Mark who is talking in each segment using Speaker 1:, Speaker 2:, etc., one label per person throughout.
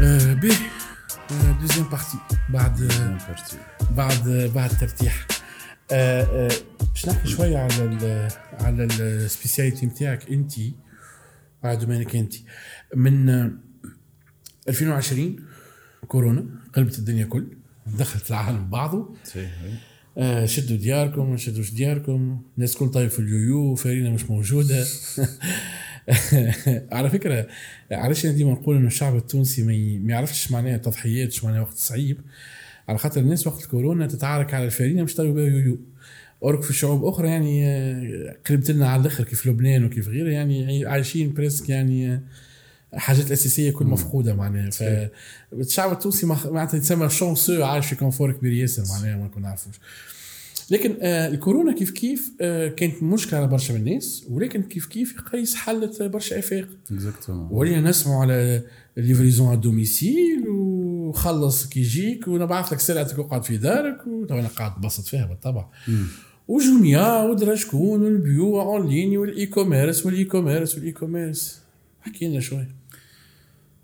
Speaker 1: Euh, دوزيام بارتي بعد بعد بعد تفتيح آه، آه، باش نحكي شويه على ال على السبيسياليتي نتاعك انت على دومينك انت من آه، 2020 كورونا قلبت الدنيا كل دخلت العالم بعضه
Speaker 2: صحيح وي.
Speaker 1: آه، شدوا دياركم ما شدوش دياركم الناس كل طايف في اليويو فارينا مش موجوده على فكره علاش انا ديما نقول انه الشعب التونسي ما ي- ما يعرفش معناها تضحيات شو معناها وقت صعيب على خاطر الناس وقت الكورونا تتعارك على الفارينه مش طايفه بها يويو اورك في شعوب اخرى يعني آه، قريبت لنا على الاخر كيف لبنان وكيف غيره يعني عاي- عايشين بريسك يعني آه، حاجات اساسيه كل مفقوده معناها فالشعب التونسي مخ- معناتها يتسمى شونسو عايش في كونفور كبير ياسر معناها ما كنا نعرفوش لكن آه الكورونا كيف كيف آه كانت مشكله على برشا من الناس ولكن كيف كيف قيس حلت برشا افاق
Speaker 2: اكزاكتومون
Speaker 1: ولينا نسمعوا على ليفريزون دوميسيل وخلص كي يجيك ونبعث لك سلعتك وقعد في دارك وتوا انا قاعد بسط فيها بالطبع وجوميا ودرا شكون والبيوع اونلاين والاي كوميرس والاي كوميرس والاي كوميرس احكي لنا شوي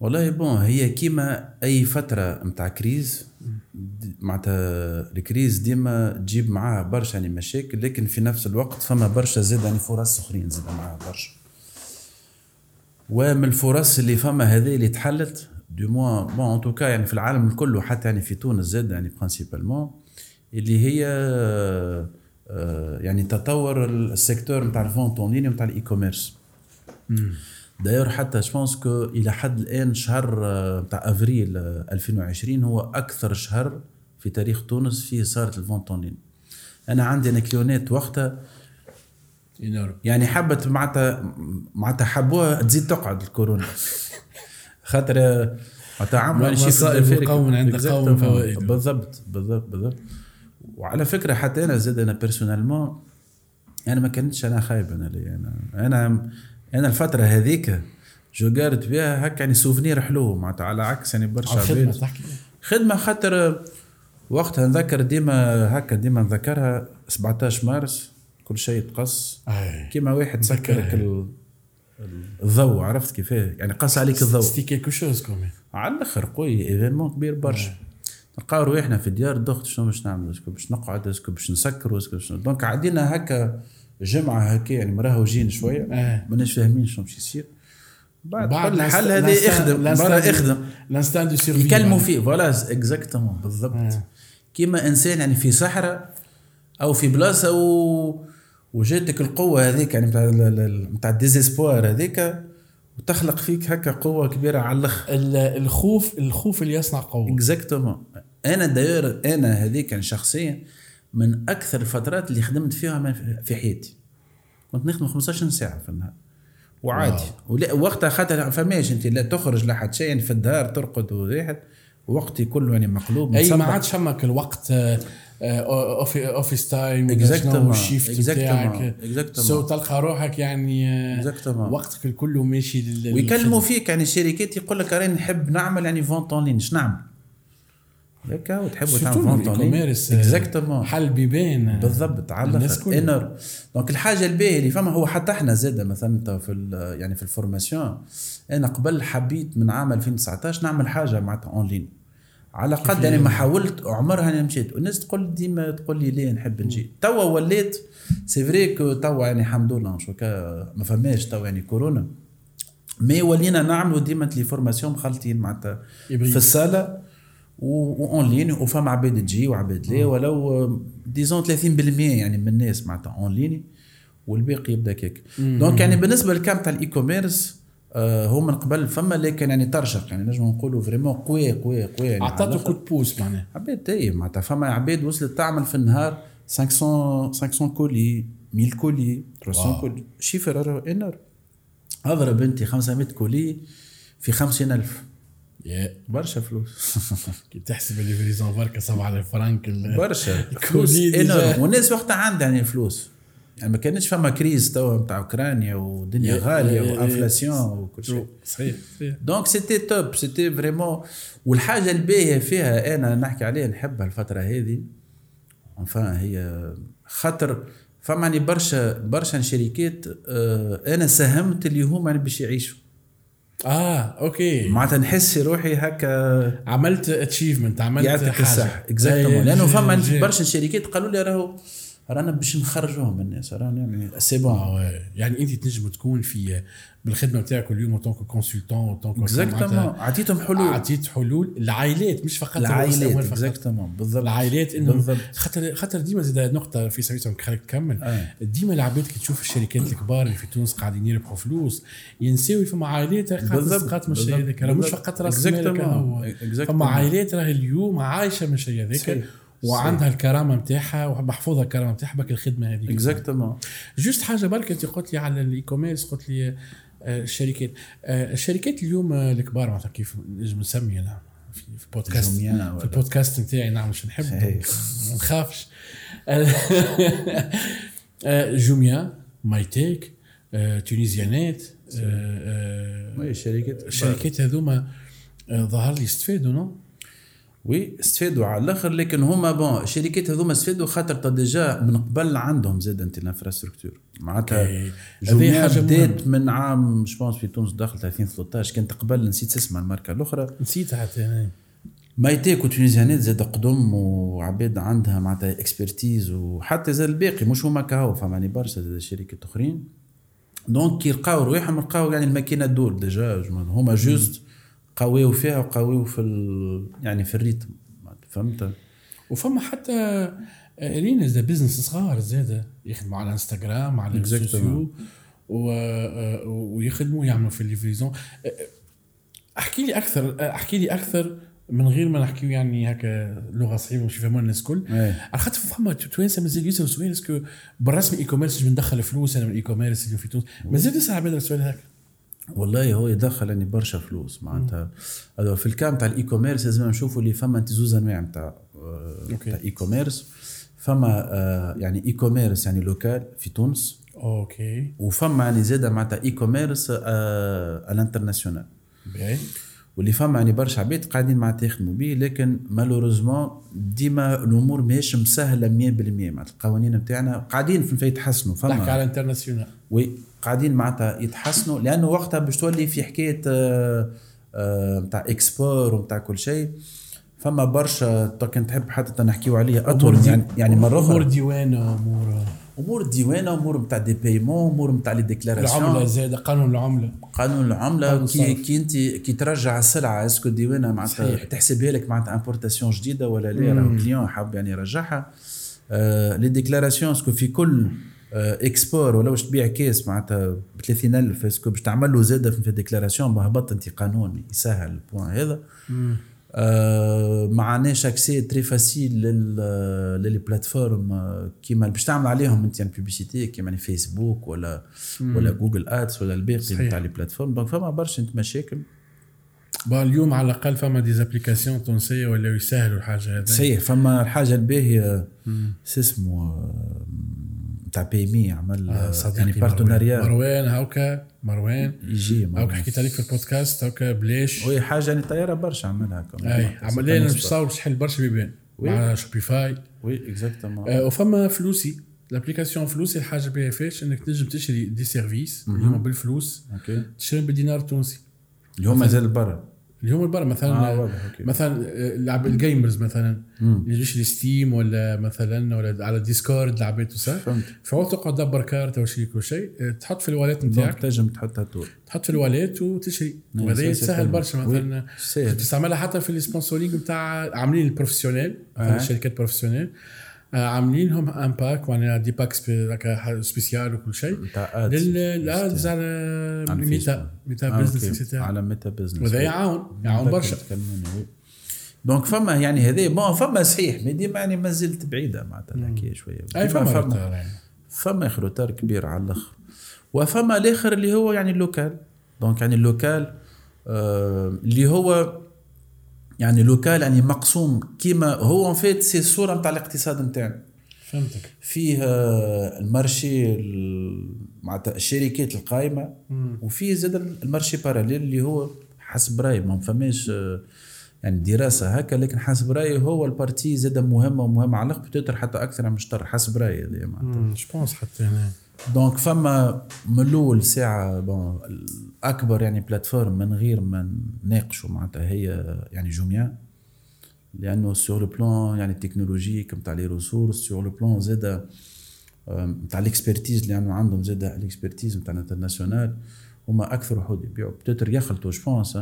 Speaker 2: والله بون هي كيما اي فتره نتاع كريز د- معناتها الكريز ديما تجيب معاها برشا يعني مشاكل لكن في نفس الوقت فما برشا زاد يعني فرص اخرين زاد معاها برشا ومن الفرص اللي فما هذه اللي تحلت دو موا بون ان توكا يعني في العالم الكل وحتى يعني في تونس زاد يعني برانسيبالمون اللي هي آه، يعني تطور السيكتور نتاع الفونت اون لين نتاع الاي كوميرس داير حتى جوبونس كو الى حد الان شهر آه، نتاع افريل آه، 2020 هو اكثر شهر في تاريخ تونس فيه صارت الفونت اون لين انا عندي انا كليونات وقتها
Speaker 1: ينورب
Speaker 2: يعني حبت معناتها معناتها حبوها تزيد تقعد الكورونا خاطر آه، معناتها عملوا
Speaker 1: معناها
Speaker 2: مصائب
Speaker 1: صدر قوم عند قوم فوائد.
Speaker 2: بالضبط بالضبط بالضبط وعلى فكره حتى انا زاد انا بيرسونالمون انا ما كنتش انا خايب انا لي انا انا انا الفتره هذيك جو قارت بها هكا يعني سوفنير حلو معناتها على عكس يعني برشا
Speaker 1: على الخدمه
Speaker 2: عباد
Speaker 1: تحكي
Speaker 2: خدمه خاطر وقتها نذكر ديما هكا ديما نذكرها 17 مارس كل شيء تقص
Speaker 1: آه.
Speaker 2: كيما واحد سكر
Speaker 1: نذكرها.
Speaker 2: لك ال- الضوء عرفت كيفاه يعني قص عليك الضوء
Speaker 1: سيتي كيلكو شوز كومي
Speaker 2: على الاخر قوي ايفينمون كبير برشا نلقاو رويحنا في الديار دخت شنو باش نعمل اسكو باش نقعد اسكو باش نسكر اسكو باش دونك عدينا هكا جمعه هكا يعني مراهوجين شويه
Speaker 1: آه.
Speaker 2: ماناش فاهمين شنو باش يصير بعد, بعد
Speaker 1: الإنس-
Speaker 2: الحل هذا
Speaker 1: الإنستان-
Speaker 2: يخدم
Speaker 1: الإنستان
Speaker 2: برا
Speaker 1: دو-
Speaker 2: يخدم
Speaker 1: الانستان دو سيرفي
Speaker 2: يكلموا فيه فوالا اكزاكتومون بالضبط
Speaker 1: آه.
Speaker 2: كيما انسان يعني في صحراء او في بلاصه و... وجاتك القوه هذيك يعني نتاع نتاع الديزيسبوار هذيك وتخلق فيك هكا قوه كبيره على الاخر
Speaker 1: ال- الخوف الخوف اللي يصنع قوه
Speaker 2: اكزاكتومون انا داير انا هذيك يعني شخصيا من اكثر الفترات اللي خدمت فيها من- في حياتي كنت نخدم 15 ساعه في النهار وعادي ولا وقتها خاطر فماش انت لا تخرج لا حد شيء يعني في الدار ترقد وواحد وقتي كله يعني مقلوب
Speaker 1: اي ما
Speaker 2: متصبح.
Speaker 1: عادش فماك الوقت آه، آه، أوف- اوفيس تايم
Speaker 2: Exactement.
Speaker 1: الشيفت
Speaker 2: Exactement.
Speaker 1: بتاعك
Speaker 2: Exactement.
Speaker 1: سو تلقى روحك يعني آه،
Speaker 2: Exactement.
Speaker 1: وقتك الكله ماشي لل-
Speaker 2: ويكلموا
Speaker 1: للخدمة.
Speaker 2: فيك يعني الشركات يقول لك راني نحب نعمل يعني فونت اون لين نعمل هكا وتحبوا تعمل
Speaker 1: سيرتو
Speaker 2: فونت اون لين
Speaker 1: الكوميرس آه،
Speaker 2: اكزاكتومون
Speaker 1: حل بيبان
Speaker 2: بالضبط على
Speaker 1: إيه. الناس
Speaker 2: الاخر
Speaker 1: كلها.
Speaker 2: انر دونك الحاجه الباهيه اللي فما هو حتى احنا زاده مثلا تو في ال- يعني في الفورماسيون انا قبل حبيت من عام 2019 نعمل حاجه معناتها اونلاين على قد يعني ما حاولت عمرها انا مشيت والناس تقول ديما تقول لي ليه نحب نجي توا وليت سي فري كو توا يعني الحمد لله إن شاء الله ما فماش توا يعني كورونا مي ولينا نعملوا ديما لي فورماسيون مخلطين معناتها
Speaker 1: يبريد.
Speaker 2: في الصاله و- واون لين وفما عباد تجي وعباد لا ولو آه، ديزون 30% يعني من الناس معناتها اون لين والباقي يبدا كيك دونك يعني بالنسبه للكام تاع الاي كوميرس آه هو من قبل فما لكن يعني ترشق يعني نجم نقولوا فريمون قوي قوي قوي يعني على
Speaker 1: اعطته
Speaker 2: الآخر.
Speaker 1: كود بوس معناها
Speaker 2: عباد تايه معناتها فما عباد وصلت تعمل في النهار 500 500 كولي 1000 كولي 300 كولي شيفر انر اضرب انت 500 كولي في 50000
Speaker 1: يا،
Speaker 2: برشا فلوس
Speaker 1: كي تحسب الليفريزون بركه 7000 فرنك ال-
Speaker 2: برشا
Speaker 1: الكولي
Speaker 2: فلوس
Speaker 1: ديجا.
Speaker 2: انر إيه والناس وقتها عندها يعني فلوس يعني ما كانش فما كريز توا نتاع اوكرانيا ودنيا
Speaker 1: يا-
Speaker 2: غاليه
Speaker 1: يا- يا- يا.
Speaker 2: وانفلاسيون وكل شيء
Speaker 1: صحيح صحيح.
Speaker 2: دونك سيتي توب سيتي فريمون والحاجه الباهيه فيها انا نحكي عليها نحبها الفتره هذه انفان هي خاطر فما يعني euh, برشا برشا شركات آه، انا ساهمت اللي هما يعني باش يعيشوا
Speaker 1: اه اوكي
Speaker 2: معناتها نحس روحي هكا
Speaker 1: عملت اتشيفمنت عملت
Speaker 2: يعطيك
Speaker 1: حاجة.
Speaker 2: الصح
Speaker 1: أي-
Speaker 2: اكزاكتومون لانه فما
Speaker 1: جي-
Speaker 2: برشا شركات قالوا لي راهو رانا باش نخرجوهم الناس رانا يعني سي بون
Speaker 1: آه، آه. يعني انت تنجم تكون في بالخدمه بتاعك اليوم اونتونك كونسلتون اونتونك
Speaker 2: اكزاكتومون عطيتهم حلول
Speaker 1: اعطيت حلول العائلات مش فقط المستثمر
Speaker 2: العائلات
Speaker 1: فقط.
Speaker 2: اكزاكتومون بالضبط
Speaker 1: العائلات انه
Speaker 2: بالضبط.
Speaker 1: خاطر خاطر ديما زاد نقطه في سويسرا خليك تكمل
Speaker 2: آه.
Speaker 1: ديما العباد كي تشوف الشركات الكبار اللي في تونس قاعدين يربحوا فلوس ينساو فما عائلات
Speaker 2: بالضبط،
Speaker 1: قاعدة من الشيء
Speaker 2: بالضبط،
Speaker 1: هذاك راه مش
Speaker 2: بالضبط.
Speaker 1: فقط راس المال
Speaker 2: Exactement. E,
Speaker 1: هكا هو.
Speaker 2: Exactement.
Speaker 1: فما عائلات راهي اليوم عايشه من الشيء هذاك
Speaker 2: صحيح.
Speaker 1: وعندها الكرامه نتاعها ومحفوظه الكرامه نتاعها بك الخدمه هذيك
Speaker 2: اكزاكتومون
Speaker 1: جوست حاجه برك انت قلت لي على الاي كوميرس قلت لي آه، الشركات آه، الشركات اليوم آه، الكبار معناتها كيف نجم نسمي انا في في بودكاست
Speaker 2: جميع ولا-
Speaker 1: في البودكاست نتاعي نعم مش نحب ما
Speaker 2: صحيح.
Speaker 1: نخافش آه، جوميا ماي تيك آه، تونيزيانات آه، آه،
Speaker 2: وي شركات
Speaker 1: الشركات هذوما آه، ظهر لي استفادوا نو
Speaker 2: وي استفادوا على الاخر لكن هما بون الشركات هذوما استفادوا خاطر تا ديجا من قبل عندهم زاد انت الانفراستركتور معناتها
Speaker 1: أوكي. هذه
Speaker 2: جميع
Speaker 1: حاجة
Speaker 2: بدات من عام جوبونس في تونس داخل 30 13 كانت قبل نسيت اسمها الماركه الاخرى
Speaker 1: نسيت حتى أنا.
Speaker 2: مايتيك وتونيزيانات زاد قدم وعباد عندها معناتها اكسبرتيز وحتى زاد الباقي مش هما كهو فماني برشا زاد شركات اخرين دونك كي لقاو رواحهم لقاو يعني الماكينه تدور ديجا جمال. هما جوست قويو فيها وقويو في ال... يعني في الريتم معناتها فهمت
Speaker 1: وفما حتى آه، رينز ده بزنس صغار زاده يخدموا على انستغرام على
Speaker 2: Exactement.
Speaker 1: السوشيو و... آه، ويخدموا يعملوا في الليفريزون آه، آه، احكي لي اكثر آه، احكي لي اكثر من غير ما نحكيو يعني هكا لغه صعيبه باش يفهموها الناس الكل
Speaker 2: إيه.
Speaker 1: على خاطر فما توانسه مازال يسالوا سؤال اسكو بالرسمي اي كوميرس باش ندخل فلوس انا من الاي كوميرس اللي في تونس مازال يسال عباد السؤال هذاك
Speaker 2: والله هو يدخل يعني برشا فلوس معناتها هذا في الكام تاع الاي كوميرس لازم نشوفوا اللي فما انت زوز انواع نتاع
Speaker 1: أوكي.
Speaker 2: آه، تاع اي كوميرس فما آه، يعني اي كوميرس يعني لوكال في تونس
Speaker 1: اوكي
Speaker 2: وفما يعني زاده معناتها اي كوميرس الانترناسيونال
Speaker 1: باهي
Speaker 2: واللي فما يعني برشا عباد قاعدين معناتها يخدموا به لكن مالوريزمون ديما الامور ماهيش مسهله 100% معناتها القوانين نتاعنا قاعدين في يتحسنوا فما
Speaker 1: تحكي على انترناسيونال
Speaker 2: وي قاعدين معناتها يتحسنوا لانه وقتها باش تولي في حكايه آه، آه، نتاع اكسبور ونتاع كل شيء فما برشا تو كان تحب حتى نحكيو عليها اطول يعني, يعني مره
Speaker 1: امور
Speaker 2: اخرى
Speaker 1: ديوان امور
Speaker 2: امور الديوانه امور نتاع دي بايمون امور نتاع لي
Speaker 1: العمله
Speaker 2: ديكلاراسيون
Speaker 1: زاده قانون العمله
Speaker 2: قانون العمله
Speaker 1: قانون
Speaker 2: كي
Speaker 1: الصرف.
Speaker 2: كي انت كي ترجع السلعه اسكو الديوانه معناتها
Speaker 1: صحيح.
Speaker 2: تحسبها لك معناتها امبورتاسيون جديده ولا لا راهو كليون حاب يعني يرجعها آه لي ديكلاراسيون اسكو في كل آه اكسبور ولا واش تبيع كيس معناتها ب 30000 اسكو باش تعمل له زاده في ديكلاراسيون بهبط انت قانون يسهل البوان هذا آه، ما عندناش اكسي تري فاسيل لل- euh, للي بلاتفورم آه، كيما باش تعمل عليهم انت يعني بيبيسيتي كيما يعني فيسبوك ولا ولا جوجل ادس ولا الباقي
Speaker 1: صحيح.
Speaker 2: نتاع لي بلاتفورم دونك فما برشا انت مشاكل
Speaker 1: بون اليوم على الاقل فما ديزابليكاسيون تونسيه ولا يسهلوا الحاجه هذا
Speaker 2: صحيح فما الحاجه الباهيه شو اسمه آه، نتاع بي مي عمل آه، يعني
Speaker 1: صديقي مروان.
Speaker 2: بارتناريا
Speaker 1: مروان هاوكا مروان
Speaker 2: يجي
Speaker 1: هاوكا حكيت عليك في البودكاست هاوكا بلاش
Speaker 2: وي حاجه يعني طياره برشا عملها كمان.
Speaker 1: اي عمل لي انا باش صور باش حل برشا بيبان
Speaker 2: وي.
Speaker 1: مع شوبيفاي
Speaker 2: وي اكزاكتومون
Speaker 1: آه، وفما فلوسي الابليكاسيون فلوسي الحاجه بها فاش انك تنجم تشري دي سيرفيس اللي هما بالفلوس
Speaker 2: اوكي
Speaker 1: تشري بالدينار التونسي
Speaker 2: اليوم مازال برا
Speaker 1: اليوم البر مثلا
Speaker 2: آه، واضح، أوكي.
Speaker 1: مثلا آه، لعب الجيمرز مثلا اللي يشري ستيم ولا مثلا ولا على ديسكورد لعبات وسا
Speaker 2: فهمت.
Speaker 1: فهو تقعد دبر كارت او شيء كل شيء آه، تحط في الواليت
Speaker 2: دونك
Speaker 1: نتاعك
Speaker 2: تنجم تحطها تور
Speaker 1: تحط في الواليت وتشري
Speaker 2: نعم،
Speaker 1: وهذا
Speaker 2: سهل،
Speaker 1: يسهل
Speaker 2: سهل.
Speaker 1: برشا
Speaker 2: وي،
Speaker 1: مثلا
Speaker 2: سهل.
Speaker 1: تستعملها حتى في السبونسورينج نتاع عاملين البروفيسيونيل مثلا
Speaker 2: آه.
Speaker 1: الشركات بروفيسيونيل آه، عاملين هم ان باك معناها دي باك سبي- هكا سبيسيال وكل شيء
Speaker 2: نتاع ادز
Speaker 1: للادز على
Speaker 2: على
Speaker 1: ميتا ميتا
Speaker 2: آه،
Speaker 1: بزنس
Speaker 2: أوكي.
Speaker 1: اكسترا
Speaker 2: على ميتا بزنس
Speaker 1: وهذا
Speaker 2: وي.
Speaker 1: يعاون يعاون
Speaker 2: نتذكر
Speaker 1: برشا
Speaker 2: تكلموني، وي. دونك فما يعني هذا بون فما صحيح مي ديما يعني ما زلت بعيده معناتها الحكايه شويه
Speaker 1: اي
Speaker 2: ديما
Speaker 1: فما
Speaker 2: فما
Speaker 1: رتار يعني.
Speaker 2: فما خروتار كبير على الاخر وفما الاخر اللي هو يعني اللوكال دونك يعني اللوكال آه اللي هو يعني لوكال يعني مقسوم كيما هو ان فيت سي الصوره نتاع الاقتصاد نتاعنا
Speaker 1: فهمتك
Speaker 2: فيه المارشي ال- معناتها الشركات القائمه وفيه زاد المارشي باراليل اللي هو حسب رايي ما فماش آه، يعني دراسه هكا لكن حسب رايي هو البارتي زاد مهمه ومهمه على الأخر، بتتر حتى اكثر من شطر حسب رايي هذا معناتها
Speaker 1: جو بونس حتى هنا
Speaker 2: دونك فما من الاول ساعه بون اكبر يعني بلاتفورم من غير ما نناقشوا معناتها هي يعني جوميا لانه سور لو بلان يعني تكنولوجيك نتاع لي ريسورس سور لو بلان زاده نتاع الاكسبرتيز لانه عندهم زاده الاكسبرتيز نتاع الانترناسيونال هما اكثر وحود يبيعوا بتتر يخلطوا جو بونس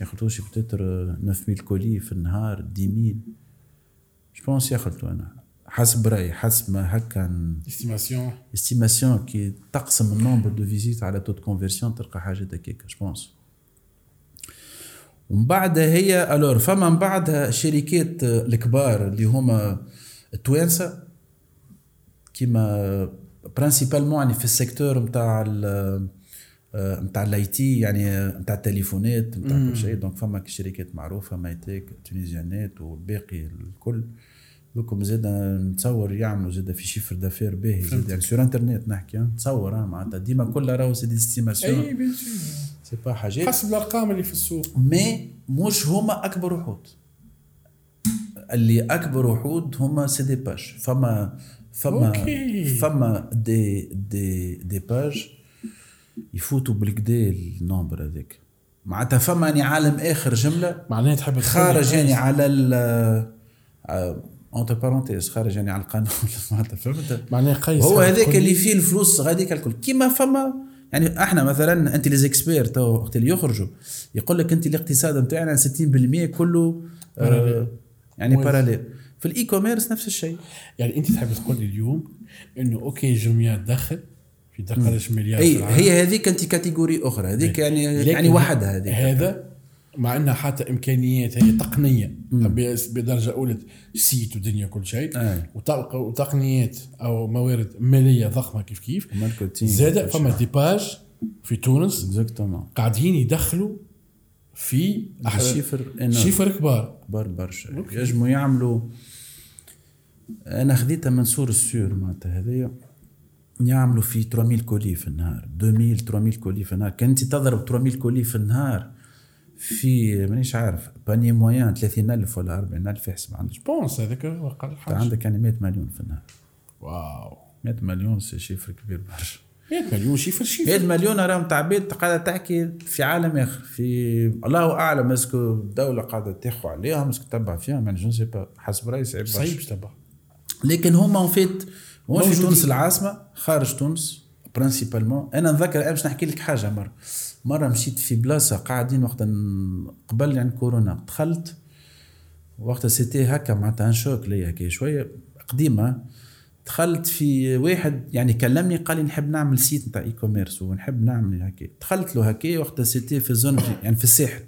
Speaker 2: يخلطوا شي بتتر 9000 كولي في النهار 10000 جو بونس يخلطوا انا حسب رايي حسب ما هكا
Speaker 1: استيماسيون
Speaker 2: استيماسيون كي تقسم النومبر دو فيزيت على تو كونفيرسيون تلقى حاجات هكاك جو بونس ومن بعدها هي الور فما من بعدها شركات الكبار اللي هما التوانسه كيما برانسيبالمون يعني في السيكتور آه، نتاع نتاع الاي تي يعني نتاع التليفونات نتاع كل شيء دونك فما شركات معروفه مايتيك تونيزيانات والباقي الكل دوكم زاد نتصور يعملوا زاد في شيفر دافير باهي زاد يعني سور انترنت نحكي نتصور معناتها ديما كلها راهو سي دي استيماسيون
Speaker 1: اي بيان سور
Speaker 2: سي با حاجات
Speaker 1: حسب الارقام اللي في السوق
Speaker 2: مي مش هما اكبر وحود اللي اكبر وحود هما سي دي باج فما فما
Speaker 1: أوكي.
Speaker 2: فما دي دي دي باج يفوتوا بالكدا النومبر هذاك معناتها فما يعني عالم اخر جمله
Speaker 1: معناها تحب تخلي
Speaker 2: خارج يعني
Speaker 1: حاجة.
Speaker 2: على ال اونتر بارونتيز خارج يعني على القانون معناتها فهمت
Speaker 1: معناها قيس
Speaker 2: هو
Speaker 1: حاجة
Speaker 2: هذاك
Speaker 1: كل-
Speaker 2: اللي فيه الفلوس غاديك الكل كيما فما يعني احنا مثلا انت لي زيكسبير تو وقت اللي يخرجوا يقول لك انت الاقتصاد نتاعنا 60% كله آه يعني
Speaker 1: موازي.
Speaker 2: باراليل في الاي كوميرس نفس الشيء
Speaker 1: يعني انت تحب تقول لي اليوم انه اوكي جميع تدخل في دخلش مليار في
Speaker 2: اي
Speaker 1: العالم.
Speaker 2: هي هذيك انت كاتيجوري اخرى هذيك يعني
Speaker 1: إيه. لكن إيه.
Speaker 2: يعني وحدها هذيك
Speaker 1: هذا مع انها حتى امكانيات هي تقنيه بس- بدرجه اولى سيت ودنيا كل شيء
Speaker 2: أي.
Speaker 1: وتلقى- وتقنيات او موارد ماليه ضخمه كيف كيف
Speaker 2: ماركتينغ
Speaker 1: زاد
Speaker 2: وكل
Speaker 1: فما ديباج في تونس
Speaker 2: اكزاكتومون
Speaker 1: قاعدين يدخلوا في أح-
Speaker 2: الشيفر إنه-
Speaker 1: شيفر كبار
Speaker 2: كبار برشا يجموا يعملوا انا خديتها من سور السور معناتها هذايا يعملوا في 3000 كولي في النهار 2000 3000 كولي في النهار كان انت تضرب 3000 كولي في النهار في مانيش عارف باني مويان 30000 ولا 40000 يحسب عندك
Speaker 1: بونس هذاك هو اقل حاجه
Speaker 2: عندك يعني 100 مليون في النهار
Speaker 1: واو
Speaker 2: 100 مليون سي شيفر كبير برشا
Speaker 1: 100 مليون شيفر شيفر
Speaker 2: 100 مليون راهم تاع بيت قاعده تحكي في عالم اخر في الله اعلم اسكو الدوله قاعده تاخذ عليهم اسكو تبع فيهم يعني جو سي با حسب رايي صعيب برشا.
Speaker 1: صعيب تبع
Speaker 2: لكن هما اون فيت هون في
Speaker 1: موجودين.
Speaker 2: تونس العاصمه خارج تونس برانسيبالمون انا نذكر باش نحكي لك حاجه مره مره مشيت في بلاصه قاعدين وقت ن- قبل يعني كورونا دخلت وقتها سيتي هكا معناتها ان شوك ليا هكا شويه قديمه دخلت في واحد يعني كلمني قال لي نحب نعمل سيت نتاع اي كوميرس ونحب نعمل هكا دخلت له هكا وقتها سيتي في زون يعني في الساحل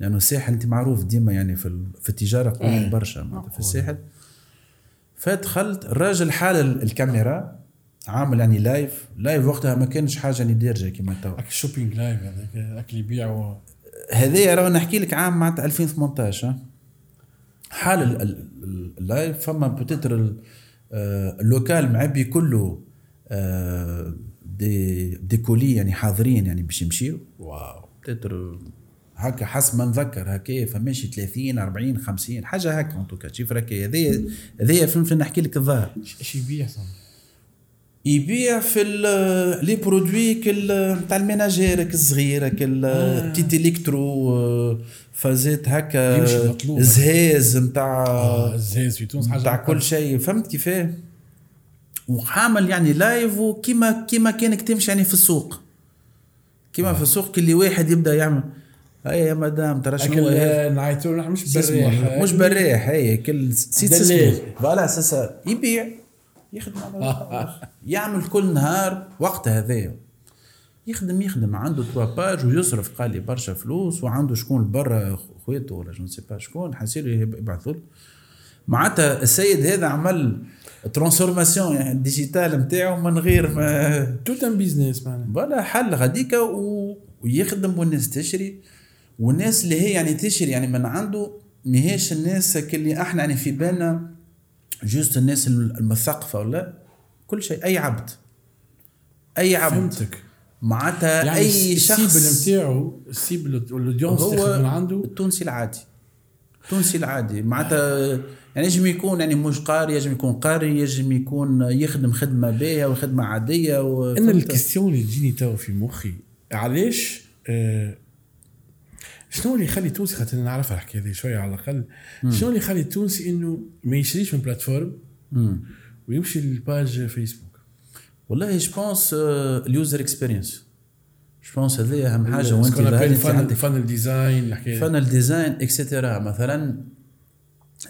Speaker 2: لانه الساحل انت معروف ديما يعني في ال- في التجاره قوي برشا معناتها في الساحل فدخلت الراجل حال ال- الكاميرا عامل يعني لايف لايف وقتها ما كانش حاجه يعني دارجه كيما توا
Speaker 1: هاك شوبينج لايف هذاك هاك اللي يبيعوا
Speaker 2: هذايا راه نحكي لك عام معناتها 2018 ها. حال ال- ال- ال- اللايف فما بوتيتر ال- آه، اللوكال معبي كله آه، دي دي كولي يعني حاضرين يعني باش يمشيو
Speaker 1: واو
Speaker 2: بتتر هكا حسب ما نذكر هكا فماشي 30 40 50 حاجه هكا ان توكا شيف هكا هذايا هذايا فهمت نحكي لك الظاهر
Speaker 1: ش- ايش يبيع صنع؟
Speaker 2: يبيع في ال- لي برودوي كال نتاع الميناجير هاك الصغير هاك
Speaker 1: آه.
Speaker 2: البتيت الكترو آه، فازات هكا
Speaker 1: يمشي مطلوب.
Speaker 2: زهاز نتاع
Speaker 1: آه، الزاز في تونس حاجه
Speaker 2: نتاع كل شيء فهمت كيفاه وعامل يعني لايف وكيما كيما كانك تمشي يعني في السوق كيما في السوق كل واحد يبدا يعمل هيا يا مدام ترى شنو هذا؟
Speaker 1: اكل نعيطوا آه، نحن مش
Speaker 2: شو اسمه؟
Speaker 1: بريح
Speaker 2: مش بريح هي كل سيت
Speaker 1: دليل.
Speaker 2: اسمه. فوالا سيسا يبيع يخدم على يعمل كل نهار وقت هذايا يخدم يخدم عنده توا باج ويصرف قال لي برشا فلوس وعنده شكون برا خويته ولا جو سي با شكون حسير يبعثوا له معناتها السيد هذا عمل ترانسفورماسيون يعني الديجيتال نتاعو من غير ما
Speaker 1: توت ان بيزنس معناها
Speaker 2: فوالا حل غاديكا و... ويخدم والناس تشري والناس اللي هي يعني تشري يعني من عنده ماهيش الناس هك اللي احنا يعني في بالنا جوست الناس الم- المثقفه ولا كل شيء اي عبد اي عبد
Speaker 1: فهمتك.
Speaker 2: معناتها
Speaker 1: يعني
Speaker 2: اي شخص
Speaker 1: السيبل نتاعو السيبل الاودينس
Speaker 2: هو
Speaker 1: من عنده
Speaker 2: التونسي العادي تونسي العادي معناتها يعني يجم يكون يعني مش قاري يجم يكون قاري يجم يكون يخدم خدمه باهيه وخدمه عاديه و...
Speaker 1: انا الكستيون اللي تجيني توا في مخي علاش آه شنو اللي يخلي التونسي خاطر أنا نعرفها الحكايه هذه شويه على الاقل شنو اللي يخلي التونسي انه ما يشريش من بلاتفورم
Speaker 2: مم.
Speaker 1: ويمشي للباج فيسبوك
Speaker 2: والله euh, جو بونس اليوزر اكسبيرينس جو بونس هذا اهم حاجه وانت ظاهر انت
Speaker 1: فن
Speaker 2: عندك
Speaker 1: فن ديزاين الحكايه هذه.
Speaker 2: فانل ديزاين اكسترا مثلا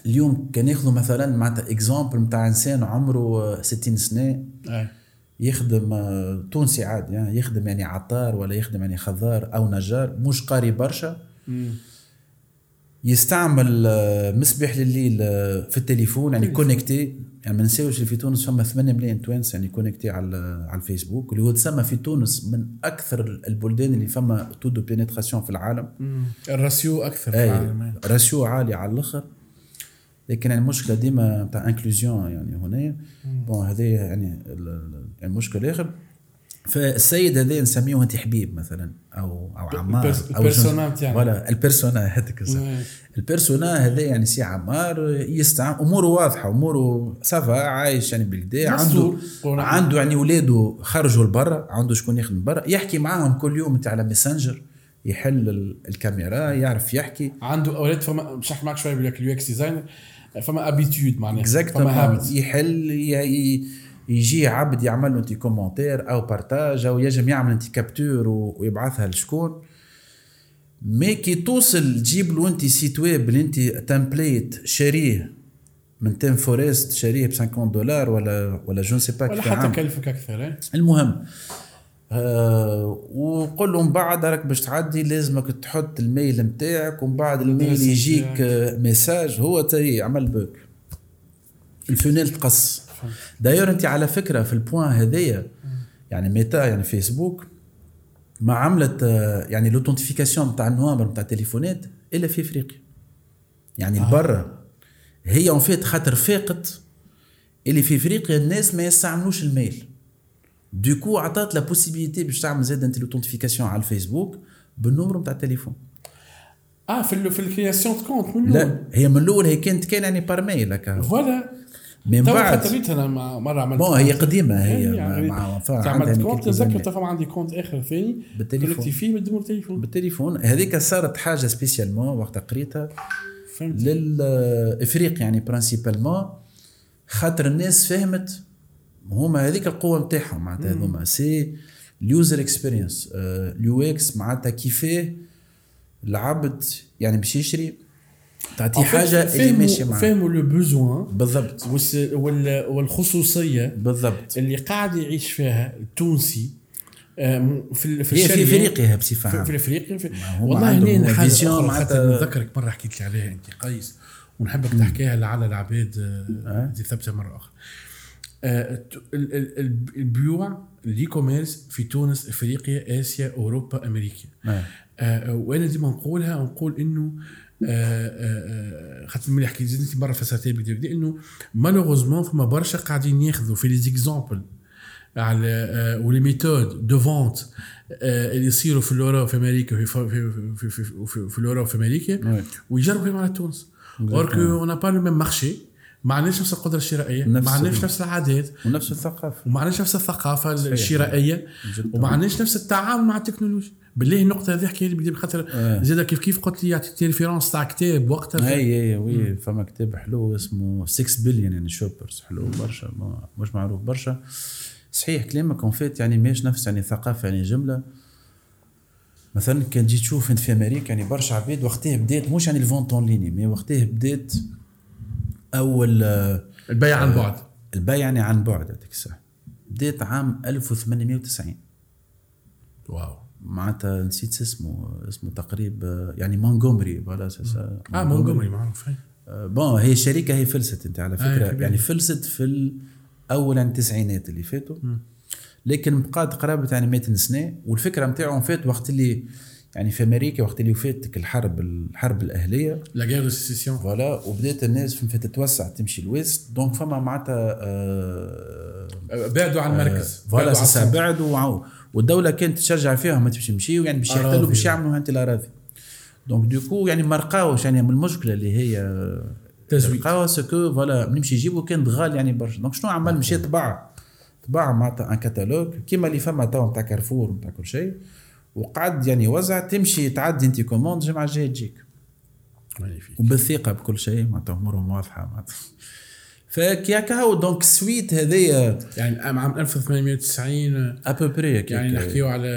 Speaker 2: اليوم كان ياخذوا مثلا معناتها اكزامبل نتاع انسان عمره آه، 60 سنه
Speaker 1: آه.
Speaker 2: يخدم آه، تونسي عادي يعني يخدم يعني عطار ولا يخدم يعني خضار او نجار مش قاري برشا يستعمل آه، مسبح لليل آه، في التليفون يعني كونكتي يعني ما نساوش اللي في تونس فما 8 ملايين توانس يعني كونكتي على على الفيسبوك اللي هو تسمى في تونس من اكثر البلدان اللي فما تو دو بينيتراسيون في العالم
Speaker 1: مم. الراسيو اكثر في العالم،
Speaker 2: اي
Speaker 1: آه.
Speaker 2: راسيو إيه، عالي على الاخر لكن المشكله ديما نتاع انكلوزيون يعني هنا بون هذا يعني ال- ال- المشكل الاخر فالسيد هذا نسميه انت حبيب مثلا او او عمار
Speaker 1: البرس-
Speaker 2: او
Speaker 1: البرسونا
Speaker 2: جون-
Speaker 1: بتاعنا.
Speaker 2: ولا البيرسونا هذاك الصح.
Speaker 1: مم.
Speaker 2: البيرسونا هذا يعني سي عمار يستعمل اموره واضحه اموره سافا عايش يعني بالكدا عنده
Speaker 1: مسؤول. قولنا.
Speaker 2: عنده يعني ولاده خرجوا لبرا عنده شكون يخدم برا يحكي معاهم كل يوم انت على ميسنجر يحل ال- الكاميرا يعرف يحكي
Speaker 1: عنده اولاد فما مش معك شويه بيقول لك اليو اكس ديزاينر فما ابيتيود معناها فما
Speaker 2: اكزاكتومون
Speaker 1: هابت
Speaker 2: يحل ي- ي- يجي عبد يعمل له انت كومونتير او بارتاج او يجم يعمل انت كابتور و- ويبعثها لشكون مي كي توصل تجيب له انت سيت ويب اللي انت تمبليت شاريه من تيم فورست شاريه ب 50 دولار ولا ولا جون سي با
Speaker 1: ولا
Speaker 2: كيف عام.
Speaker 1: حتى كلفك اكثر إيه؟
Speaker 2: المهم آه وقول لهم بعد راك باش تعدي لازمك تحط الميل نتاعك ومن بعد الميل
Speaker 1: الأدرس
Speaker 2: يجيك
Speaker 1: متاعك.
Speaker 2: آه، ميساج هو تي عمل بوك الفينيل تقص داير انت على فكره في البوان هذايا يعني ميتا يعني فيسبوك ما عملت آه، يعني لوثنتيفيكاسيون نتاع النوامر نتاع التليفونات الا في افريقيا يعني برا هي اون فيت خاطر فاقت اللي في افريقيا الناس ما يستعملوش الميل دوكو عطات لا بوسيبيليتي باش تعمل زاد انت لوثنتيفيكاسيون على الفيسبوك بالنمر نتاع التليفون
Speaker 1: اه في ال- في الكرياسيون دو كونت من الأول.
Speaker 2: لا هي من الاول هي كانت كان يعني بار ميل هكا
Speaker 1: نعم. فوالا
Speaker 2: من
Speaker 1: تو
Speaker 2: بعد
Speaker 1: خطريت انا مع- مره عملت
Speaker 2: بون هي قديمه
Speaker 1: إيه،
Speaker 2: هي مع-
Speaker 1: يعني
Speaker 2: مع
Speaker 1: قريت.
Speaker 2: مع- عندها
Speaker 1: عملت
Speaker 2: يعني
Speaker 1: كونت
Speaker 2: كيلكو
Speaker 1: تذكر
Speaker 2: زمان.
Speaker 1: تفهم عندي كونت اخر ثاني
Speaker 2: بالتليفون.
Speaker 1: كونكتي فيه بالدمر التليفون
Speaker 2: بالتليفون هذيك صارت حاجه سبيسيالمون وقت قريتها
Speaker 1: فهمت
Speaker 2: للافريق يعني برانسيبالمون خاطر الناس فهمت هما هذيك القوه نتاعهم معناتها هذوما سي اليوزر اكسبيرينس اليو اكس Euh، معناتها كيفاه العبد يعني باش يشري تعطيه حاجه اللي ماشيه
Speaker 1: فهموا
Speaker 2: معاه
Speaker 1: فهموا لو بوزوان
Speaker 2: بالضبط
Speaker 1: والس- وال- والخصوصيه
Speaker 2: بالضبط
Speaker 1: اللي قاعد يعيش فيها التونسي آه، م- في ال- في
Speaker 2: هي في
Speaker 1: الشرقية.
Speaker 2: افريقيا بصفه
Speaker 1: في, في
Speaker 2: عامه
Speaker 1: افريقيا في
Speaker 2: هما
Speaker 1: والله
Speaker 2: عندهم
Speaker 1: هنا حاجه
Speaker 2: فيزيون
Speaker 1: أخرى
Speaker 2: معناتها-
Speaker 1: خاطر نتذكرك مره حكيت لي عليها انت قيس ونحبك تحكيها لعل العباد آه، دي ثابته مره اخرى آه، الت- ال- ال- ال- البيوع الاي كوميرس في تونس افريقيا اسيا اوروبا امريكا
Speaker 2: آه.
Speaker 1: آه، وانا ديما نقولها نقول انه آه، آه، آه، خاطر ملي حكيت زدت مره فسرتها بكدا بكدا انه مالوغوزمون فما برشا قاعدين ياخذوا في لي زيكزامبل على آه، ولي ميثود دو فونت آه، اللي يصيروا في الاوروب في امريكا وفي في في في, في, في, في الاوروب في امريكا
Speaker 2: Ouais.
Speaker 1: ويجربوا فيهم على تونس اور اون با لو ميم مارشي ما عندناش نفس القدره الشرائيه
Speaker 2: نفس
Speaker 1: ما عندناش
Speaker 2: ال-
Speaker 1: نفس العادات
Speaker 2: ونفس الثقافه
Speaker 1: وما عندناش نفس الثقافه الشرائيه وما عندناش نفس التعامل مع التكنولوجيا بالله النقطه هذه حكايه لي بكدا خاطر
Speaker 2: آه.
Speaker 1: زاد كيف كيف قلت لي يعطيك ريفيرونس تاع كتاب وقتها
Speaker 2: اي اي وي فما كتاب حلو اسمه 6 بليون يعني شوبرز حلو برشا ما- مش معروف برشا صحيح كلامك اون فيت يعني ماش نفس يعني ثقافه يعني جمله مثلا كان تجي تشوف انت في امريكا يعني برشا عباد وقتها بدات مش يعني الفونت اون ليني مي وقتها بدات اول آه،
Speaker 1: البيع عن بعد
Speaker 2: البيع يعني عن بعد هذيك الساعه بدات عام 1890
Speaker 1: واو
Speaker 2: آه، معناتها نسيت اسمه اسمه تقريب آه، يعني مونغومري فوالا سي سا
Speaker 1: اه مونجومري معروف هاي.
Speaker 2: آه، بون هي شركه هي فلست انت على فكره
Speaker 1: في بالي.
Speaker 2: يعني فلست في الاول عن التسعينات اللي فاتوا لكن بقات قرابه يعني 100 سنه والفكره نتاعهم فات وقت اللي يعني في امريكا وقت اللي فاتك الحرب الحرب الاهليه
Speaker 1: لا غير دو سيسيسيون
Speaker 2: فوالا وبدات الناس فما تتوسع تمشي لويست دونك فما معناتها آه،
Speaker 1: بعدوا عن المركز
Speaker 2: فوالا
Speaker 1: بعدوا عن
Speaker 2: سي سا،
Speaker 1: الصنبع.
Speaker 2: بعدوا وعاو والدوله كانت تشجع فيهم ما تمشي مشيو يعني باش يحتلوا
Speaker 1: أراضي.
Speaker 2: باش يعملوا انت الاراضي دونك دوكو يعني ما لقاوش يعني من المشكله اللي هي آه،
Speaker 1: تزويد.
Speaker 2: لقاوها سكو فوالا من يمشي يجيبوا كان غال يعني برشا دونك شنو عمل مشى طبع طبع معناتها ان كتالوج كيما اللي فما توا نتاع كارفور نتاع كل شيء وقعد يعني وزع تمشي تعدي انت كوموند الجمعه الجايه تجيك
Speaker 1: مانيفيك
Speaker 2: وبالثقه بكل شيء معناتها امورهم واضحه معناتها فكي هكا هو دونك سويت هذايا
Speaker 1: يعني عام عام 1890
Speaker 2: ابوبري
Speaker 1: يعني نحكيو على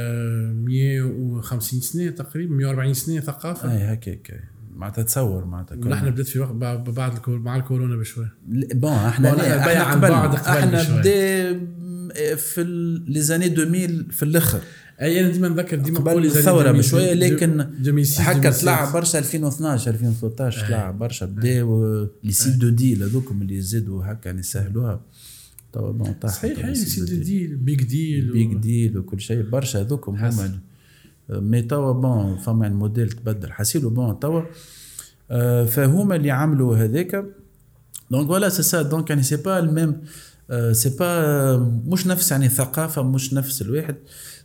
Speaker 1: 150 سنه تقريبا 140 سنه ثقافه
Speaker 2: اي هكاك أي. معناتها تصور معناتها كل-
Speaker 1: نحن بدات في وقت بعد بعد الكو- مع الكورونا بشوي
Speaker 2: ل- بون احنا
Speaker 1: بون،
Speaker 2: لا،
Speaker 1: البيع
Speaker 2: احنا
Speaker 1: عن
Speaker 2: قبل
Speaker 1: بعد قبل
Speaker 2: احنا
Speaker 1: بشوي.
Speaker 2: بدا م- في لي زاني 2000 في الاخر
Speaker 1: اي انا ديما نذكر ديما
Speaker 2: قبل
Speaker 1: نقول إذا
Speaker 2: الثوره
Speaker 1: جميل-
Speaker 2: بشويه
Speaker 1: جم-
Speaker 2: لكن
Speaker 1: جميل سيد،
Speaker 2: هكا
Speaker 1: جميل
Speaker 2: طلع
Speaker 1: سيد.
Speaker 2: برشا 2012 2013
Speaker 1: إيه.
Speaker 2: طلع برشا بداو لي سيت دو ديل هذوكم اللي زادوا هكا يعني سهلوها توا بون طاح طيب،
Speaker 1: صحيح يعني
Speaker 2: هكا
Speaker 1: هاي
Speaker 2: لي سيت
Speaker 1: سيد
Speaker 2: دو ديل.
Speaker 1: ديل بيج ديل
Speaker 2: بيج
Speaker 1: و-
Speaker 2: ديل وكل شيء برشا هذوكم هما مي توا بون فما الموديل تبدل حسيلو بون توا آه، فهما اللي عملوا هذاك دونك فوالا سي سا دونك يعني سي با الميم سي با مش نفس يعني ثقافه مش نفس الواحد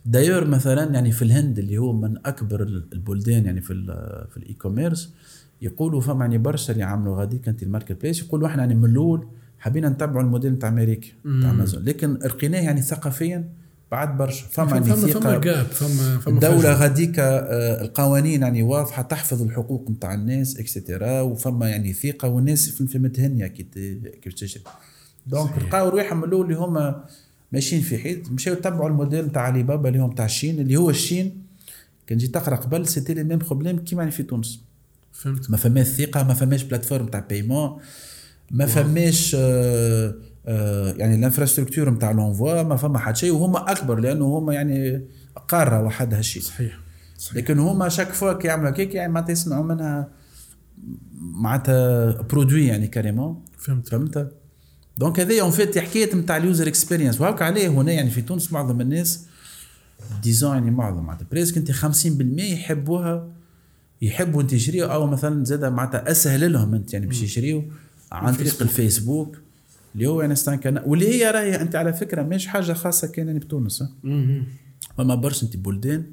Speaker 2: دايور مثلا يعني في الهند اللي هو من اكبر ال- البلدان يعني في ال في الاي كوميرس يقولوا فما يعني برشا اللي عملوا غاديك انت الماركت بليس يقولوا احنا يعني من الاول حبينا نتبعوا الموديل نتاع امريكا نتاع امازون لكن رقيناه يعني ثقافيا بعد برشا فما
Speaker 1: فما
Speaker 2: يعني
Speaker 1: فما
Speaker 2: ثقه
Speaker 1: جاب فما فما
Speaker 2: الدولة
Speaker 1: فجوة.
Speaker 2: غاديك آه، القوانين يعني واضحة تحفظ الحقوق نتاع الناس اكسترا وفما يعني ثقة والناس في في متهنية كي ت- كيف تشري دونك لقاو رواحهم من الأول اللي هما ماشيين في حيط مشاو تبعوا الموديل نتاع علي بابا اللي هو نتاع الشين اللي هو الشين كان جيت تقرا قبل سيتي لي ميم بروبليم كيما يعني في تونس
Speaker 1: فهمت
Speaker 2: ما فماش ثقه ما فماش بلاتفورم تاع بايمون ما فماش آه، آه، يعني الانفراستركتور نتاع لونفوا ما فما حد شيء وهما اكبر لانه هما يعني قاره وحدها شيء
Speaker 1: صحيح صحيح
Speaker 2: لكن هما شاك فوا كي يعملوا هكاك يعني معناتها يصنعوا منها معناتها برودوي يعني كاريمون
Speaker 1: فهمت
Speaker 2: فهمت دونك هذايا اون فيت حكايه نتاع اليوزر اكسبيرينس وهاكا عليه هنا يعني في تونس معظم الناس ديزاين يعني معظم معناتها بريسك انت 50% يحبوها يحبوا انت تشريو او مثلا زاد معناتها اسهل لهم انت يعني باش يشريو عن طريق الفيسبوك اللي هو يعني ستان كان واللي هي راهي انت على فكره مش حاجه خاصه كان يعني بتونس ها.
Speaker 1: مهم.
Speaker 2: فما برشا انت بلدان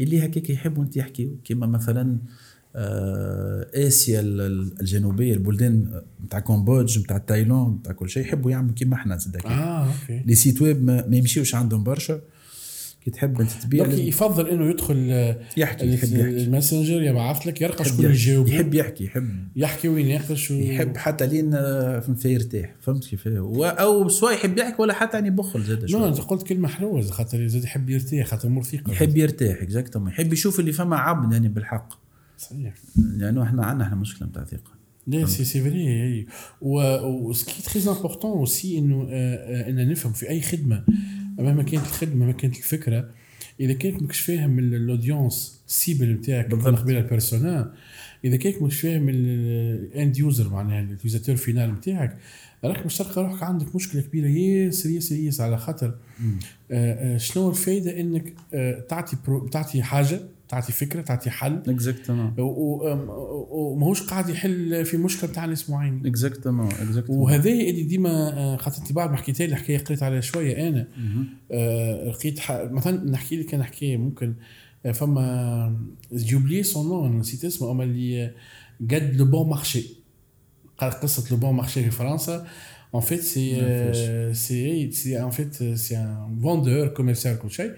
Speaker 2: اللي هكاك يحبوا انت يحكيوا كيما مثلا آه، اسيا ال- ال- الجنوبيه البلدان نتاع كومبودج نتاع تايلاند نتاع كل شيء يحبوا يعملوا كيما احنا زاد هكاك.
Speaker 1: اه اوكي
Speaker 2: لي سيت ويب ما ما يمشيوش عندهم برشا كي تحب انت تبيع
Speaker 1: لكن
Speaker 2: لازم
Speaker 1: يفضل انه يدخل آه،
Speaker 2: يحكي،
Speaker 1: ال-
Speaker 2: يحب يحكي.
Speaker 1: الماسنجر يبعث لك يرقى
Speaker 2: يحب
Speaker 1: شكون يجاوب
Speaker 2: يحكي، يحب يحكي يحب
Speaker 1: يحكي ويناقش و...
Speaker 2: يحب حتى لين آه، فهمت فيه يرتاح فهمت كيف هو؟ او سواء يحب يحكي ولا حتى يعني بخل زاد شوية.
Speaker 1: نو انت نعم، قلت كلمه حلوه زي خاطر زاد يحب يرتاح خاطر امور ثقه
Speaker 2: يحب يرتاح اكزاكتومون يحب يشوف اللي فما عبد يعني بالحق
Speaker 1: صحيح
Speaker 2: لانه احنا عندنا احنا مشكله نتاع ثقه
Speaker 1: لا سي سي فري euh, وسكي تري امبورتون اوسي انه آه، آه، ان نفهم في اي خدمه مهما كانت الخدمه مهما كانت الفكره اذا كانك ماكش فاهم ال- الاودينس السيبل نتاعك بالضبط بلا البيرسونا اذا كانك مش فاهم الاند يوزر معناها اليوزاتور فينال نتاعك راك مش تلقى روحك عندك مشكله كبيره ياسر ياسر ياسر على خاطر آه، آه، شنو الفائده انك آه، تعطي برو تعطي حاجه تعطي فكره تعطي حل
Speaker 2: اكزاكتومون
Speaker 1: و- و- وماهوش قاعد يحل في مشكله بتاع ناس معين
Speaker 2: اكزاكتومون اكزاكتومون
Speaker 1: وهذا اللي ديما آه، خاطر انت بعد ما حكيت لي الحكايه قريت عليها شويه انا آه، لقيت ح- مثلا نحكي لك انا حكايه ممكن آه، فما جوبلي سون نون نسيت اسمه اما اللي آه، قد لو بون مارشي قال قصه لو بون مارشي في فرنسا En fait, c'est euh, c'est- c'est- en fait, euh, c'est un vendeur commercial, كل شيء.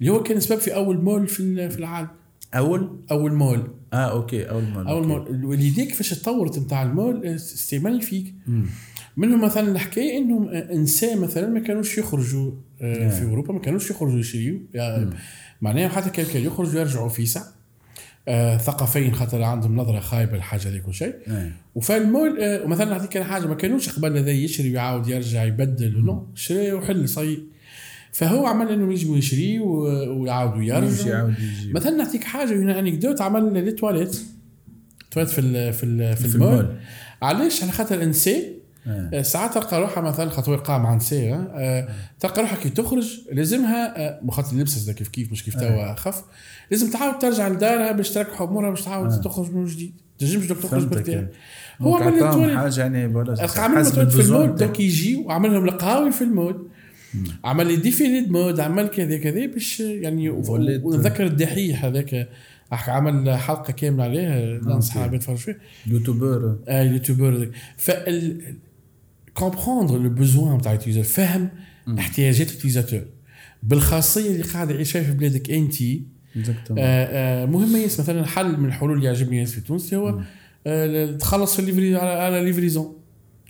Speaker 1: اللي هو كان سبب في اول مول في ال- في العالم.
Speaker 2: اول
Speaker 1: اول مول.
Speaker 2: اه اوكي اول مره
Speaker 1: اول مول والايديا كيفاش تطورت نتاع المول آه، استعمال فيك منهم مثلا الحكايه انهم انسان مثلا آه، ما كانوش يخرجوا آه، في اوروبا ما كانوش يخرجوا يشريوا يعني معناها حتى كان كان يخرجوا يرجعوا فيسع آه، ثقافيين خاطر عندهم نظره خايبه للحاجه هذيك وشيء
Speaker 2: إيه.
Speaker 1: وفالمول آه، ومثلا نعطيك أنا حاجه ما كانوش قبل هذا يشري ويعاود يرجع يبدل نو شري وحل صي فهو عمل انه يجموا يشري ويعاودوا
Speaker 2: يمشي
Speaker 1: يرجعوا
Speaker 2: يعاود يجي
Speaker 1: مثلا نعطيك حاجه يعني انكدوت عمل لي تواليت تواليت في ال في ال في,
Speaker 2: في
Speaker 1: المول.
Speaker 2: المول.
Speaker 1: علاش على خاطر انسي
Speaker 2: إيه.
Speaker 1: ساعات تلقى روحها مثلا خاطر قاع مع نساء ها، آه، تلقى روحها كي تخرج لازمها آه، بخاطر اللبس زاد كيف كيف
Speaker 2: آه.
Speaker 1: مش كيف توا اخف لازم تعاود ترجع لدارها باش تركح امورها باش تعاود تخرج من جديد تنجمش دوك تخرج
Speaker 2: آه. فهمتك.
Speaker 1: بالتالي هو
Speaker 2: هو
Speaker 1: عمل لي
Speaker 2: عطاهم
Speaker 1: تواليت
Speaker 2: حاجه يعني ولا
Speaker 1: عمل متوت
Speaker 2: حسب
Speaker 1: في
Speaker 2: البزون
Speaker 1: المود
Speaker 2: بتاعك.
Speaker 1: دوك يجي وعمل لهم القهاوي في المود عمل لي ديفيلي دي مود عمل كذا كذا باش يعني
Speaker 2: ولات-
Speaker 1: ونتذكر الدحيح هذاك أحكي عمل حلقه كامله عليها ننصح العباد يتفرجوا فيها
Speaker 2: يوتيوبر
Speaker 1: آه، اليوتيوبر هذاك فال كومبروندر لو بوزوان تاع اليوتيوزر فهم احتياجات اليوتيزاتور بالخاصيه اللي قاعد يعيشها في بلادك انت
Speaker 2: اكزاكتومون
Speaker 1: آه، آه، مهمه ياس مثلا حل من الحلول اللي يعجبني ياس في تونس هو آه، تخلص في الليفري على على ليفريزون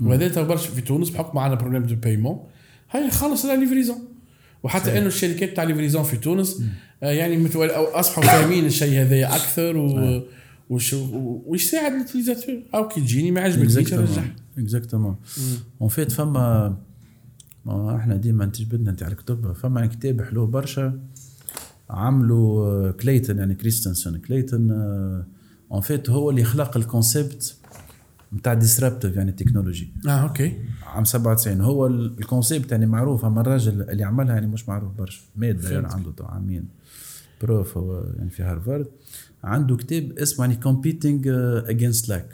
Speaker 1: وهذا تو برشا في تونس بحكم عندنا بروبليم دو بايمون هاي خلص على ليفريزون وحتى انه الشركات تاع ليفريزون في تونس آه، يعني متول او اصبحوا فاهمين الشيء هذا اكثر و وش ويساعد الاتيزاتور او كي تجيني ما عجبتنيش نرجعها
Speaker 2: اكزاكتومون اون فيت فما ما احنا ديما انت جبدنا انت على الكتب فما يعني كتاب حلو برشا عملوا آه، كليتن يعني كريستنسون كليتن اون فيت هو اللي خلق الكونسيبت نتاع ديسرابتيف يعني التكنولوجي
Speaker 1: اه اوكي
Speaker 2: عام 97 هو ال- الكونسيبت يعني معروف اما الراجل اللي عملها يعني مش معروف برشا مات يعني
Speaker 1: فهمتك.
Speaker 2: عنده تو عامين بروف هو يعني في هارفارد عنده كتاب اسمه يعني كومبيتينج اجينست لاك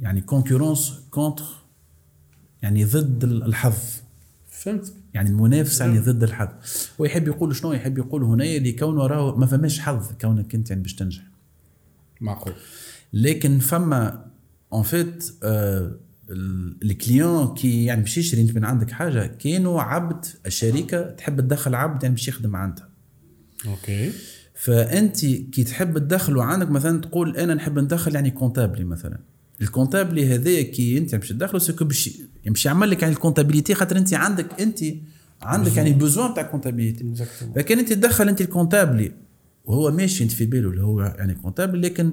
Speaker 2: يعني كونكورونس كونتر يعني ضد ال- الحظ
Speaker 1: فهمت
Speaker 2: يعني المنافسه يعني ضد الحظ هو يحب يقول شنو يحب يقول هنا اللي كونه راهو ما فماش حظ كونك انت يعني باش تنجح
Speaker 1: معقول
Speaker 2: لكن فما آه، اون فيت الكليون كي يعني باش يشري انت من عندك حاجه كانوا عبد الشركه تحب تدخل عبد يعني باش يخدم عندها
Speaker 1: اوكي
Speaker 2: فانت كي تحب تدخله عندك مثلا تقول انا نحب ندخل يعني كونتابلي مثلا الكونتابلي هذايا كي انت باش تدخله سكو باش يعني باش يعمل لك يعني الكونتابيليتي خاطر انت عندك انت عندك يعني بوزوان تاع كونتابيليتي
Speaker 1: Exactement.
Speaker 2: لكن انت تدخل انت الكونتابلي وهو ماشي انت في باله اللي هو يعني كونتابل لكن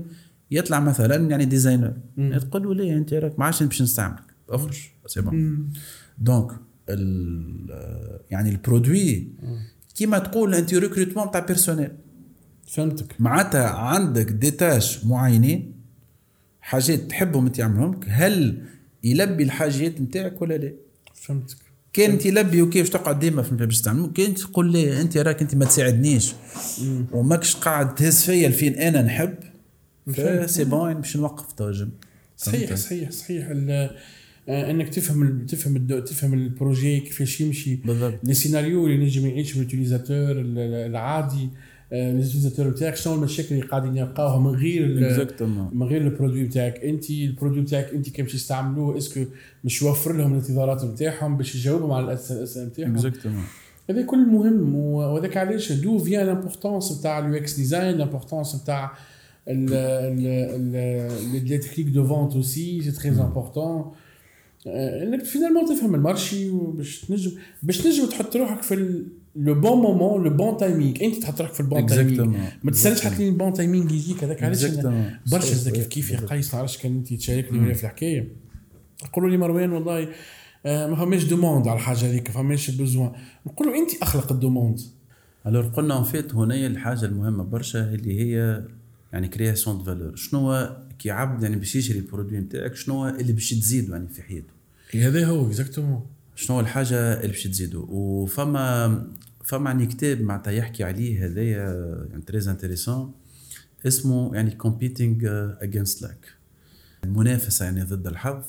Speaker 2: يطلع مثلا يعني ديزاينر تقول له ليه انت راك ما عادش باش نستعملك اخرج سي بون دونك ال- يعني البرودوي كيما تقول انت ريكروتمون تاع بيرسونيل
Speaker 1: فهمتك
Speaker 2: معناتها عندك ديتاش معينين حاجات تحبهم تعملهم لك، هل يلبي الحاجات نتاعك ولا لا؟
Speaker 1: فهمتك
Speaker 2: كان انت لبي وكيفاش تقعد ديما في باش تعمل كان انت تقول لي انت راك انت ما تساعدنيش وماكش قاعد تهز فيا لفين انا نحب
Speaker 1: فهمت.
Speaker 2: سي بون باش نوقف تواجم
Speaker 1: صحيح صحيح صحيح ال- آه، انك تفهم ال- تفهم الدو- تفهم البروجي كيفاش يمشي
Speaker 2: بالضبط.
Speaker 1: لي سيناريو اللي نجم يعيش اليوتيليزاتور ال- ال- العادي اليوتيليزاتور بتاعك شنو المشاكل اللي قاعدين يلقاوها من غير ال-
Speaker 2: اكزاكتومون
Speaker 1: من غير البرودوي بتاعك انت البرودوي بتاعك انت كيفاش يستعملوه اسكو مش يوفر لهم الانتظارات بتاعهم باش يجاوبهم على الاسئله بتاعهم
Speaker 2: اكزاكتومون
Speaker 1: هذا كل مهم و- وهذاك علاش دو فيان لامبورتونس نتاع اليو اكس ديزاين لامبورتونس نتاع لي تكنيك دو فونت اوسي سي
Speaker 2: Mm.
Speaker 1: تري امبورتون انك فينالمون تفهم المارشي باش تنجم باش تنجم تحط روحك في لو بون مومون لو بون تايمينغ انت تحط روحك في البون تايمينغ
Speaker 2: Exactement.
Speaker 1: ما تستناش حتى لين البون تايمينغ يجيك هذاك علاش أنا
Speaker 2: Exactement.
Speaker 1: برشا
Speaker 2: صحيح.
Speaker 1: زاد كيف كيف يا قيس تعرفش كان انت تشاركني ولا في الحكايه يقولوا لي مروان والله آه، ما فماش دوموند على الحاجه هذيك ما فماش بوزوان نقول له انت اخلق الدوموند
Speaker 2: الور قلنا ان فيت هنا الحاجه المهمه برشا اللي هي يعني كرياسيون دو فالور شنو هو كي عبد يعني باش يشري البرودوي نتاعك شنو هو اللي باش تزيده يعني في حياته
Speaker 1: هذا هو اكزاكتومون
Speaker 2: شنو هو الحاجه اللي باش تزيدو وفما فما يعني كتاب معناتها يحكي عليه هذايا يعني تريز انتريسون اسمه يعني كومبيتينج اجينست لاك المنافسه يعني ضد الحظ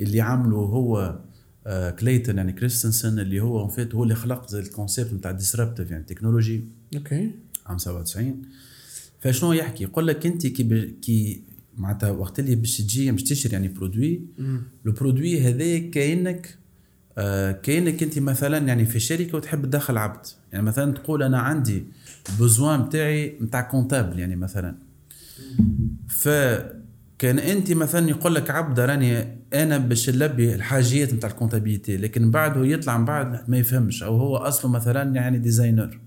Speaker 2: اللي عمله هو آه، كليتون يعني كريستنسن اللي هو ان فيت هو اللي خلق زي الكونسيبت نتاع ديسربتيف يعني تكنولوجي
Speaker 1: اوكي
Speaker 2: عام 97 فشنو يحكي يقول لك انت كي ب... كي معناتها وقت اللي باش تجي باش تشري يعني برودوي لو برودوي هذا كانك آه كانك انت مثلا يعني في شركه وتحب تدخل عبد يعني مثلا تقول انا عندي بوزوان بتاعي نتاع كونتابل يعني مثلا فكان انت مثلا يقول لك عبد راني انا باش نلبي الحاجيات نتاع الكونتابيليتي لكن بعده يطلع من بعد ما يفهمش او هو اصله مثلا يعني ديزاينر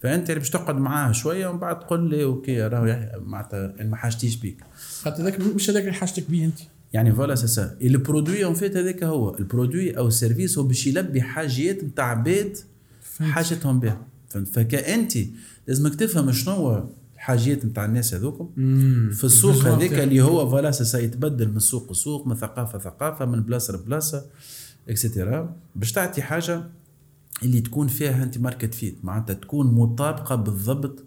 Speaker 2: فانت اللي باش تقعد معاه شويه ومن بعد تقول لي اوكي راهو يح- معناتها أنا ما حاجتيش بيك
Speaker 1: خاطر هذاك مش هذاك اللي حاجتك بيه انت
Speaker 2: يعني فوالا سي سا البرودوي اون فيت هذاك هو البرودوي او السيرفيس هو باش يلبي حاجيات نتاع عباد حاجتهم بها فهمت فكانت لازمك تفهم شنو هو الحاجيات نتاع الناس هذوكم في السوق
Speaker 1: بالظبط
Speaker 2: هذاك
Speaker 1: يعني.
Speaker 2: اللي هو فوالا سي سا يتبدل من سوق لسوق من ثقافه ثقافه من بلاصه لبلاصه اكسيتيرا باش تعطي حاجه اللي تكون فيها انت ماركت فيت معناتها تكون مطابقه بالضبط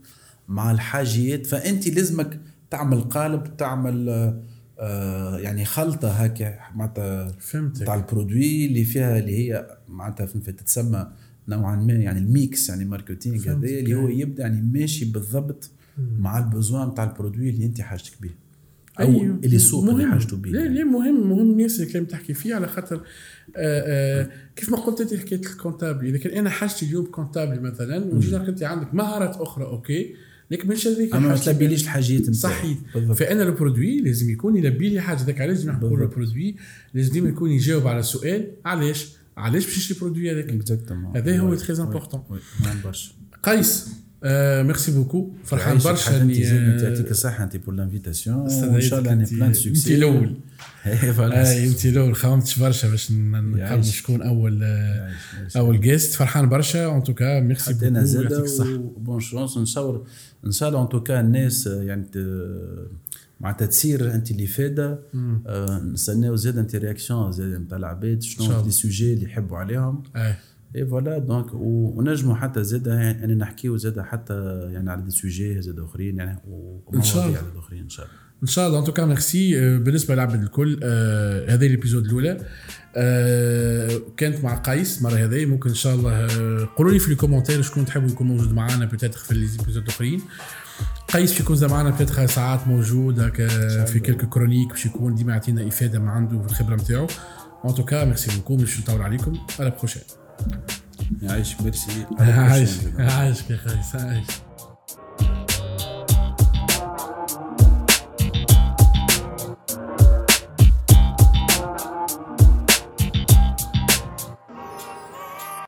Speaker 2: مع الحاجيات فانت لازمك تعمل قالب تعمل آه، آه يعني خلطه هكا معناتها
Speaker 1: فهمتك.
Speaker 2: تاع البرودوي اللي فيها اللي هي معناتها فهمت تتسمى نوعا ما يعني الميكس يعني ماركتينغ هذا
Speaker 1: فهمتك. أيوة.
Speaker 2: اللي هو يبدا يعني ماشي بالضبط مع البزوان نتاع البرودوي اللي انت حاجتك به او
Speaker 1: أيوة.
Speaker 2: اللي السوق اللي
Speaker 1: مهم.
Speaker 2: حاجته به
Speaker 1: لا لا مهم مهم ياسر الكلام تحكي فيه على خاطر آه، آه، كيف ما قلت انت حكايه الكونتابل اذا كان انا حاجتي اليوم كونتابل مثلا وجيت راك انت عندك مهارات اخرى اوكي لكن مش هذيك
Speaker 2: اما ما
Speaker 1: حاجتي.
Speaker 2: تلبيليش الحاجيات نتاعك.
Speaker 1: صحيح
Speaker 2: بالضبط.
Speaker 1: فانا البرودوي لازم يكون يلبي لي حاجه ذاك علاش نحن نقول البرودوي لازم ديما يكون يجاوب على سؤال علاش علاش باش نشري البرودوي هذاك
Speaker 2: Exactement.
Speaker 1: هذا هو
Speaker 2: Ouais.
Speaker 1: تري امبورتون
Speaker 2: Ouais. نعم برشا
Speaker 1: قيس آه ميرسي بوكو فرحان
Speaker 2: يعيشك
Speaker 1: برشا آه،
Speaker 2: حتى انت زين، انت
Speaker 1: اللي
Speaker 2: يعطيك الصحه انت بور لانفيتاسيون وان شاء الله اني
Speaker 1: أنت-
Speaker 2: بلان سوكسي
Speaker 1: أنت الأول.
Speaker 2: إيه،
Speaker 1: أيوة. اي
Speaker 2: فوالا
Speaker 1: انت آه، لو خممتش برشا باش ن- نقرب
Speaker 2: يعيشك.
Speaker 1: شكون اول آه، اول جيست فرحان برشا اون توكا ميرسي بوكو
Speaker 2: انا زاد
Speaker 1: يعطيك الصحه
Speaker 2: بون شونس نصور ان شاء الله ان توكا الناس آه، يعني ت- معناتها تصير انت اللي فاده آه، نستناو زاد انت رياكسيون زاد نتاع العباد
Speaker 1: إن شاء
Speaker 2: شنو
Speaker 1: الله.
Speaker 2: لي سوجي اللي يحبوا عليهم
Speaker 1: آه.
Speaker 2: اي فوالا دونك و- ونجموا حتى زاد يعني يعني نحكيو زاد حتى يعني على دي سوجي زاد اخرين يعني
Speaker 1: إن شاء الله.
Speaker 2: على اخرين ان شاء الله
Speaker 1: ان شاء الله ان توكا ميرسي آه، بالنسبه للعبد الكل آه، هذه الابيزود الاولى آه، كانت مع قيس مرة هذه ممكن ان شاء الله آه، قولوا لي في الكومنتير شكون تحبوا يكون موجود معنا بتاتر في الابيزود الاخرين قيس باش يكون زعما معنا بتاتر ساعات موجود هكا في كلك كرونيك باش يكون ديما يعطينا افاده من عنده في الخبره نتاعو ان توكا ميرسي بوكو مش نطول عليكم على بروشين
Speaker 2: يعيشك ميرسي
Speaker 1: عايش عايش يا قيس عايش